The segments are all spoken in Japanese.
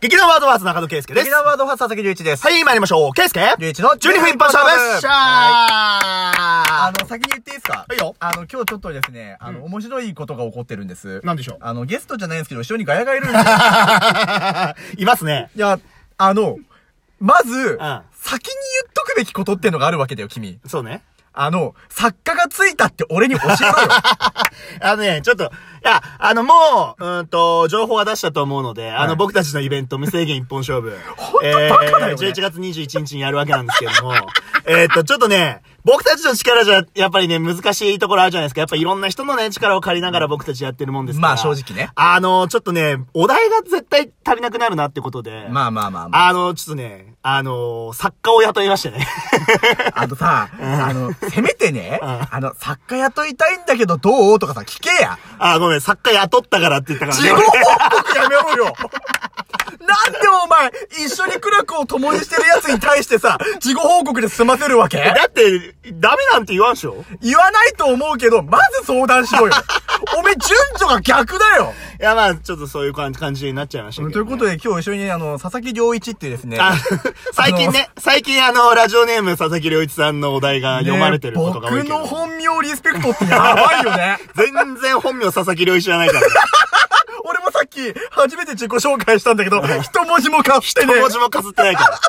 劇団ワードワーズ中野圭介です。劇団ワードファース佐々木隆一です。い。はい、参りましょう。圭介隆一の12分一発勝負よっしあゃの、先に言っていいですかいいよあの、今日ちょっとですね、あの、面白いことが起こってるんです。ーなんでしょうあの、ゲストじゃないんですけど、後ろにガヤがいるんで すよいますね。いや、あの、まず、ん先に言っとくべきことってのがあるわけだよ、君。そうね。あの、作家がついたって俺に教えろ よ。あのね、ちょっと、いや、あの、もう、うーんと、情報は出したと思うので、あはの、い僕たちのイベント、無制限一本勝負。ほんとバカだよねえー11月21日にやるわけなんですけども、 えーっと、ちょっとね、僕たちの力じゃ、やっぱりね、難しいところあるじゃないですか。やっぱいろんな人のね、力を借りながら僕たちやってるもんですから。まあ正直ねあの、ちょっとね、お題が絶対足りなくなるなってことで。まあまあまあまあ。あの、ちょっとね、あの、作家を雇いましてね。 あとさ、あの、せめてね、うんあの、作家雇いたいんだけどどうとかさ、聞けや。あ、ごめん、作家雇ったからって言ったから、自己報告や めろよなんでお前、一緒に苦楽を共にしてる奴に対してさ、自己報告で済ませるわけだって、ダメなんて言わんでしょ言わないと思うけど、まず相談しろよおめえ順序が逆だよいや、まあ、ちょっとそういう感じ感じになっちゃいましたけど、ね。ということで今日一緒にね、あの、佐々木良一っていうですね、あ 最近ね、最近あの、ラジオネーム佐々木良一さんのお題がね読まれてることが多いけど。僕の本名リスペクトってやばいよね 全然本名佐々木良一じゃないから。俺もさっき、初めて自己紹介したんだけど、一文字もかしてね。文字もかすってないから。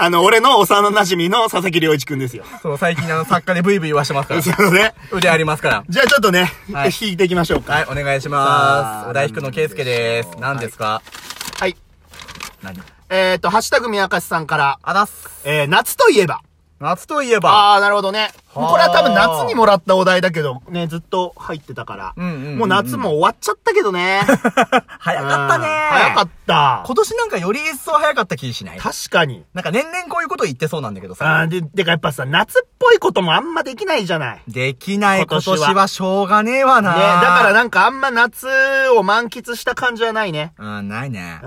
あの、俺の幼馴染の佐々木良一くん ですよ。そう、最近あの、作家でブイブイ言わしてますからそ。うね。腕ありますから。じゃあちょっとね、はい引いていきましょうか。はい、お願いしまさあす。お題引くのケイスケです。何何でしですかはい。何えっ、ー、と、ハッシュタグ宮しさんから、あだっす。えー、夏といえば。夏といえば、ああ、なるほどね。はあこれは多分夏にもらったお題だけど、ね、ずっと入ってたから。うんうんうんうんもう夏も終わっちゃったけどね。 う早かったねん早かった。今年なんかより一層早かった気しない確かに。なんか年々こういうこと言ってそうなんだけどあさー。で、でかやっぱさ、夏っぽいこともあんまできないじゃない。ね、できない今今年は年はしょうがねえわだな。からなんかあんま夏を満喫した感じはないね。ら。うん、ないねう。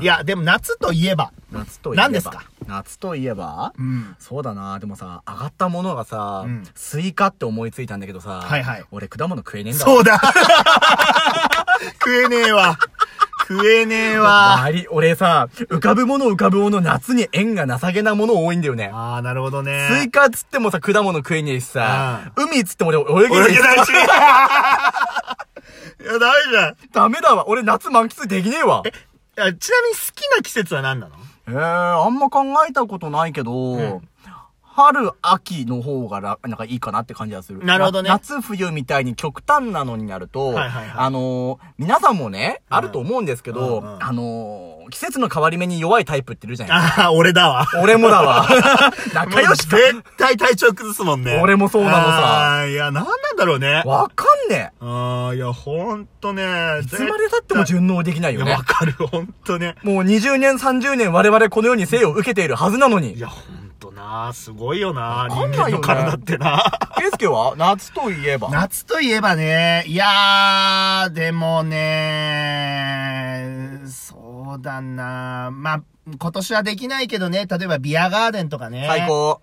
ん。いや、でも夏といえば。夏といえば。何ですか夏といえばん。そうだなでもさ、上がったものがさうん、スイカって思いついたんだけどさ、はいはい俺果物食えねえんだそうだだ 食えねえわ。食えねえわ。 周り、俺さ、浮かぶもの浮かぶもの夏に縁が情けなもの多いんだよね。ああ、なるほどね。スイカっつってもさ、果物食えねえしさ、海っつっても俺泳げね俺 えいしけさないし。いや、ダメじゃん。ダメだわ。俺夏満喫できねえわ。いやちなみに好きな季節は何なの えー、あんま考えたことないけど、ん春、秋の方がら、なんかいいかなって感じがする。なるほどねな夏、冬みたいに極端なのになると、はいはいはいあのー皆さんもね、あると思うんですけど、うんうんあのー季節の変わり目に弱いタイプっているじゃないですああ、俺だ わ。か。俺も だわ。仲良しか。絶対体調崩すもんね。俺もそうなのさあー。いや、なんなんだろうね。わかんねああ、いや、ほんとね。え。いつまで経っても順応できないいよや、ねわ。かる、 ほんとね。もう20年、30年我々この世に生を受けているはずなのにい。や、ほんとな、すごいよな、かん人な間いよのね体ってな。ケイスケは夏といえば。夏といえばね、いやー、でもね、そうだな、まあ、今年はできないけどね、例えばビアガーデンとかね。最。高。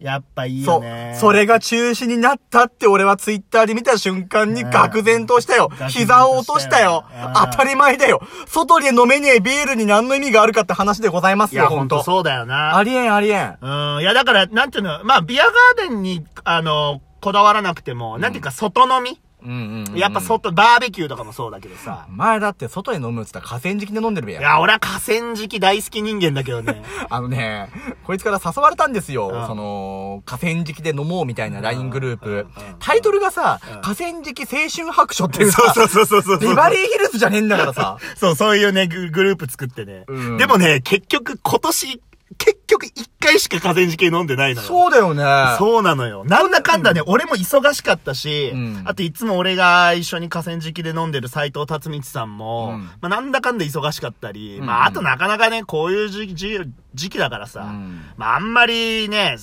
やっぱいいそよねう。。それが中止になったって俺はツイッターで見た瞬間にね愕然としたよ愕然。としたよ膝を落としたようん。当たり前だよ。外で飲めねえビールに何の意味があるかって話でございますいよ、や、ほほんんとと。そうだよな。ありえんありえん。うん、いや、だから、なんていうの、まあ、ビアガーデンに、あの、こだわらなくても、なんていうか、外飲み、うんうんうんやっぱ外、バーベキューとかもそうだけどさ。前だって外で飲むっつったら河川敷で飲んでるべいや。や、俺は河川敷大好き人間だけどね。 あのね、こいつから誘われたんですようん。その、河川敷で飲もうみたいな LINE グルーうんうんうんプ。タイトルがさ、河川敷青春白書っていうさ、う そうそうそうビバリーヒルズじゃねえんだからさ。そう、そういうね、ググループ作ってね。うんでもね、結局、今年、結局一回しか河川敷飲んでないのよ。そうだよね。 そうなのよ。なんだかんだね、俺も忙しかったし、うんあといつも俺が一緒に河川敷で飲んでる斎藤達光さんも、うんまあなんだかんだ忙しかったり、うんまああとなかなかね、こういう時時時期だからさ、うんまああんまりね、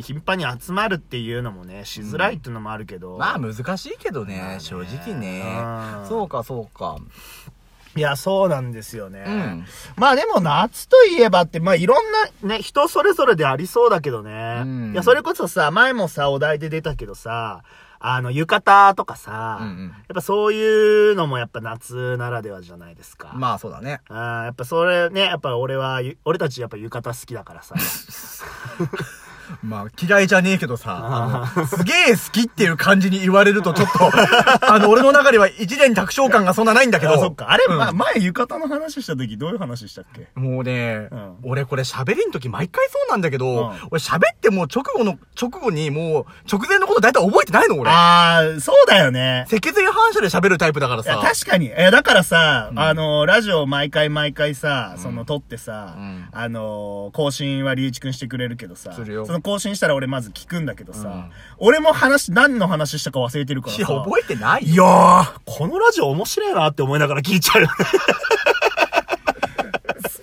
頻繁に集まるっていうのもね、しづらいっていうのもあるけど、まあ難しいけどね、まあね正直ねうん。そうかそうか。いや、そうなんですよね。うんまあでも夏といえばって、まあいろんなね、人それぞれでありそうだけどね。うんいや、それこそさ、前もさ、お題で出たけどさ、あの、浴衣とかさ、うんうんやっぱそういうのもやっぱ夏ならではじゃないですか。まあそうだね。あーやっぱそれね、やっぱ俺はゆ、俺たちやっぱ浴衣好きだからさ。まあ嫌いじゃねえけどさ、あのすげえ好きっていう感じに言われるとちょっと、 あの、俺の中では一年卓上感 がそんなないんだけど。あそっ か。あれ、うんま前浴衣の話した時どういう話したっけもうね、ん俺これ喋りん時毎回そうなんだけど、うん俺喋ってもう直後の、直後にもう直前のこと大体覚えてないの俺。ああ、そうだよね。脊髄反射で喋るタイプだからいや、さ。確かに。え、だからさ、あの、ラジオ毎回毎回さ、その、撮ってさ、うんあの、更新は隆一くんしてくれるけどさ、するよその更新したら俺まず聞くんだけどさ、俺も話、何の話したか忘れてるからいさ。や、覚えてないいやー、このラジオ面白いなって思いながら聞いちゃうよね。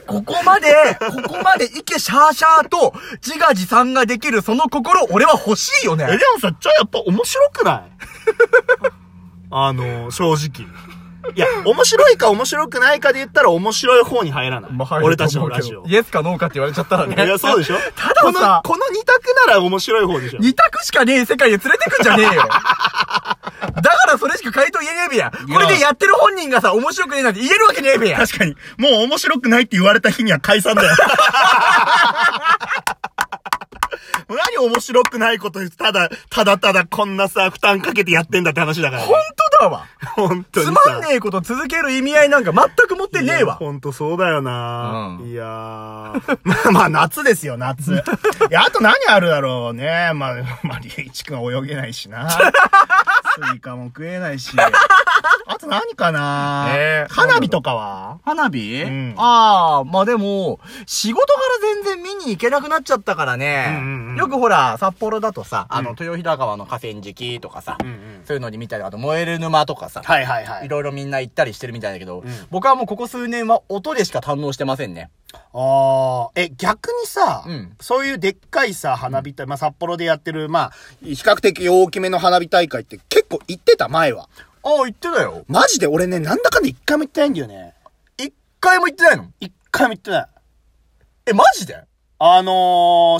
ここまで、ここまでいけシャーシャーと自画自賛ができるその心、俺は欲しいよえ、でね。もさ、ちょ、やっぱ面白く ないあの、正直。いや、面白いか面白くないかで言ったら面白い方に入らない。俺たちのラジオ。イエスかノーかって言われちゃったらね。いや、そうでしょたださこの、この二択なら面白い方でしょ二択しかねえ世界へ連れてくんじゃね えよ。だからそれしか回答言えねえべや。これでやってる本人がさ、面白くねえなんて言えるわけねえべや。確かに。もう面白くないって言われた日には解散だよ。 何面白くないこと言って、ただ、ただただこんなさ、負担かけてやってんだって話だからね、本 当だわ。本当につさ。まんねえこと続ける意味合いなんか全く持ってねえわ。本当そうだよな、うんいやー。 まあまあ、夏ですよ、夏。いや、あと何あるだろうね。まあ、まあ、りえいちくんは泳げないし な。スイカも食えないし。あと何かな、ねえ花火とかは花火、うんああ、まあでも、仕事から全然見に行けなくなっちゃったからね。うんうんうんよくほら、札幌だとさ、あの、うん豊平川の河川敷とかさ、んうんそういうのに見たり、あと燃える沼とかさ、、はいはいはいろいろみんな行ったりしてるみたいだけど、ん僕はもうここ数年は音でしか堪能してませんね。ああ、え、逆にさ、うんそういうでっかいさ、花火大、まあ、札幌でやってる、まあ、比較的大きめの花火大会って結構行ってた、前は。ああ、行ってたよ。マジで俺ね、なんだかんだ一回も行ってないんだよね。一回も行ってないの一回も行ってない。え、マジであの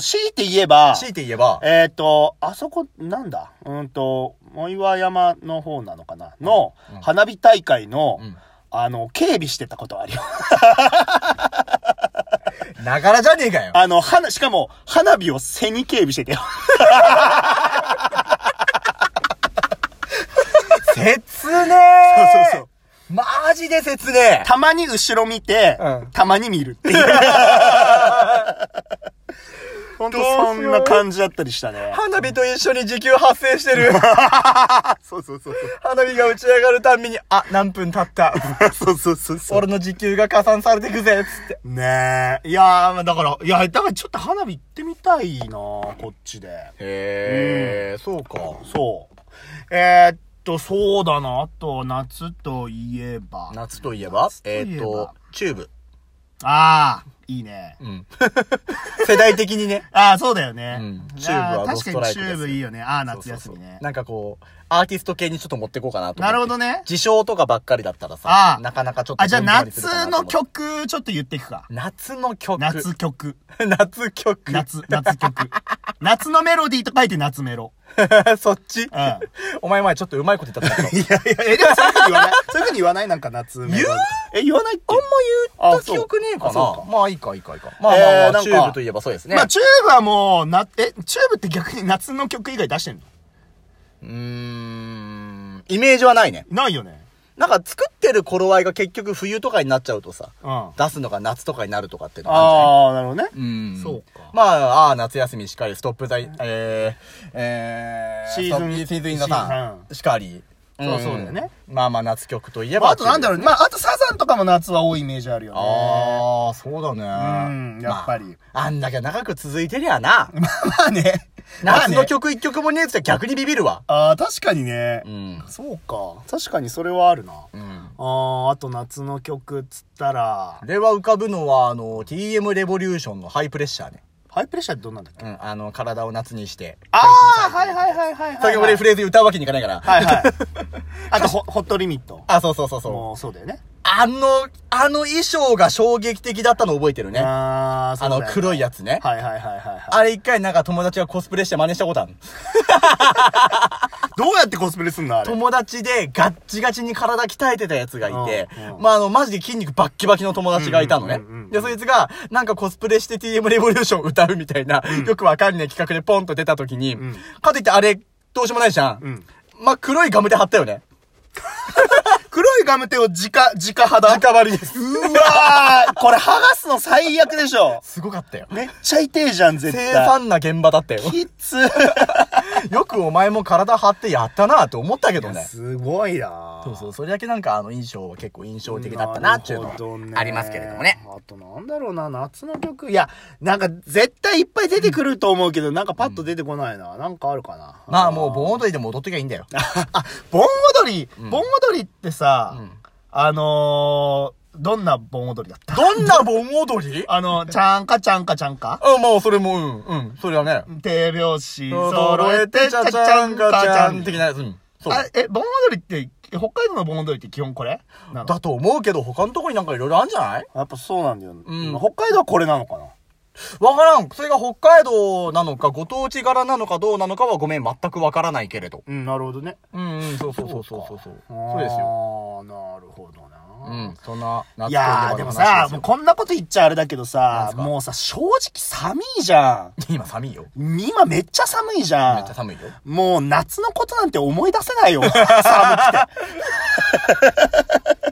ー、強いて言えば、強いて言えば、えっ、と、あそこ、なんだうんと、藻岩山の方なのかなの、花火大会の、んあの、警備してたことあるよ。 ながらじゃねえかよ。あの、花、しかも、花火を背に警備してた よ。切ねえそうそうそうう。マジで切ねえたまに後ろ見て、うんたまに見るって いう。本当そんな感じだったりしたね。花火と一緒に時給発生して る。そうそうそう花火が打ち上がるたんびに、あ、何分経った。そう。そうそうそ うそう。俺の時給が加算されてくぜ、つって。ねえ。いやー、だから、いや、だからちょっと花火行ってみたいなこっちで。へえ、そうか。そう。えー、っと、そうだな。あと、夏といえば。あ夏といえば、といえばー、チューブ。あー、いいね。うん。 世代的にね。ああ、そうだよね。うんいやーチューブはゴ確スかトラにイチクューですブいいよね。ああ、夏休みそうそうねそう。なんかこう、アーティスト系にちょっと持ってこうかなと思って。なるほどね自称とかばっかりだったらあさあ、なかなかちょっと。あ、じゃあ夏の。曲、ちょっと言っていくか。夏の曲。夏。曲。 夏曲。夏、夏曲。 夏のメロディーと書いて夏メロ。そっち、お前前ちょっとうまいこと言ったんだけど。いやいや、え、でもそういうふうに言わない。そういうふうに言わないなんか夏メロ。言うえ、言わないっあけんま言った記憶ねえかあな。そうかまあいいかいいかいいか。まあまあまえーなあ、んかチューブといえばそうですね。まあ、チューブはもう、な、え、チューブって逆に夏の曲以外出してんのうーん、イメージはないね。ないよね。なんか作ってる頃合いが結局冬とかになっちゃうとさ、うん。出すのが夏とかになるとかっていうのがあああ、なるほどね。るじゃないうん。そうかまあ、ああ、夏休みしかり、ストップ剤、えー、えー、シーズンストップシーズンインザさんしかり。そうそうだよねまあまあ、夏曲といえまば。あ、あとなんだろうね。まあ、あとサザンとかも夏は多いイメージあるよね。ああ、そうだね。うんやっぱりまあ。あんだけ長く続いてりゃな。 まあまあね。夏まあのね曲一曲もねえっつったら逆にビビるわ。ああ、確かにね。ん。そうか。確かにそれはあるな。うん。ああ、あと夏の曲っつったら、では浮かぶのは、あの、TM レボリューションのハイプレッシャーね。ハイプレッシャーってどんなんだっけうん。あの、体を夏にして。ああ、はいはいはいはいはい。そういう俺フレーズ歌うわけにいかないか ら。はいはい。あとホ、ホットリミット。あ、そうそうそうそう。もうそうだよね。ああの、あの衣装が衝撃的だったの覚えてるね。ああー、そうだのよね黒いやつね。はいはいはいはいはい。あれ一回なんか友達がコスプレして真似したことある。どうやってコスプレすんのあれ。友達でガッチガチに体鍛えてたやつがいてうんう、んまあ、あの、マジで筋肉バッキバキの友達がいたのねうんうんうんうん。で、そいつが、なんかコスプレして TM レボリューション歌うみたいな、よくわかんない企画でポンと出た時に、んかといってあれ、どうしようもないじゃん。うんまあ、黒いガムテ貼ったよね。黒いガムテを直、直肌直張りです。うわーこれ剥がすの最悪でしょ。すごかったよ。めっちゃ痛えじゃん、絶正対。ファンな現場 だったよ。キッズ。 よくお前も体張ってやったなと思ったけどね。すごいなそうう。そう、それだけなんかあの印象は結構印象的だったなっていうのなるほどねはありますけれどもね。あとなんだろうな、夏の曲。いや、なんか絶対いっぱい出てくると思うけど、なんかパッと出てこないな。なんかあるかな。まあもう盆踊りで戻ってきゃいいんだよ。 あ、盆踊り、盆踊りってさ、うんあのー、どんな盆踊りだったどんな盆踊りあの、ちゃんかちゃんかちゃんかあ、まあ、それも、うん、うん、それはね。手拍子揃えて、ちゃちゃんかちゃん。的なやつ。うん。そう。あえ、盆踊りって、北海道の盆踊りって基本これなのだと思うけど、他のとこになんかいろいろあるんじゃないやっぱそうなんだよ、ん北海道はこれなのかなわからん。それが北海道なのか、ご当地柄なのかどうなのかはごめん、全くわからないけれど。うん、なるほどね。うん、うん、そうそうそうそうそう。そうそうでですすよ。よ。なるほどうな。ん、そんな、夏いやー、でもさ、もうこんなこと言っちゃあれだけどなんさす、かもうさ、正直寒いじゃ今寒いよ。ん。今めっちゃ寒いじめゃっちゃん。寒いよ。もう夏のことなんて思い出せない よ。寒くて。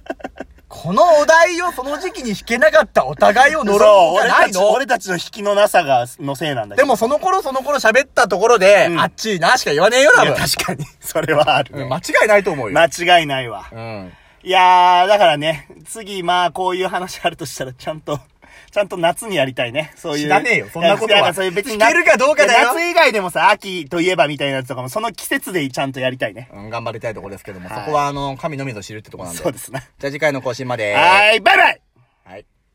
このお題をその時期に弾けなかったお互いを呪うんじ俺ゃなたいち、の俺たちの引きのなさが、のせいなんだけでど。もその頃その頃喋ったところで、うんあっちいなしか言わねえよ、多いや分。確かに。それはある、うんね間違いないと思うよ。間違いないわう。ん。いやー、だからね、次、まあ、こういう話あるとしたら、ちゃんと、 ちゃんと夏にやりたいね。そういう。知らねえよそんなことはやだいからそういう別に聞けるかどうかだよいや夏以外でもさ、秋といえばみたいなやつとかも、その季節でちゃんとやりたいね。うん頑張りたいところですけども、はいそこはあの、神のみぞ知るってとこなんで。そうですな。じゃあ次回の更新まで。はーい、バイバイ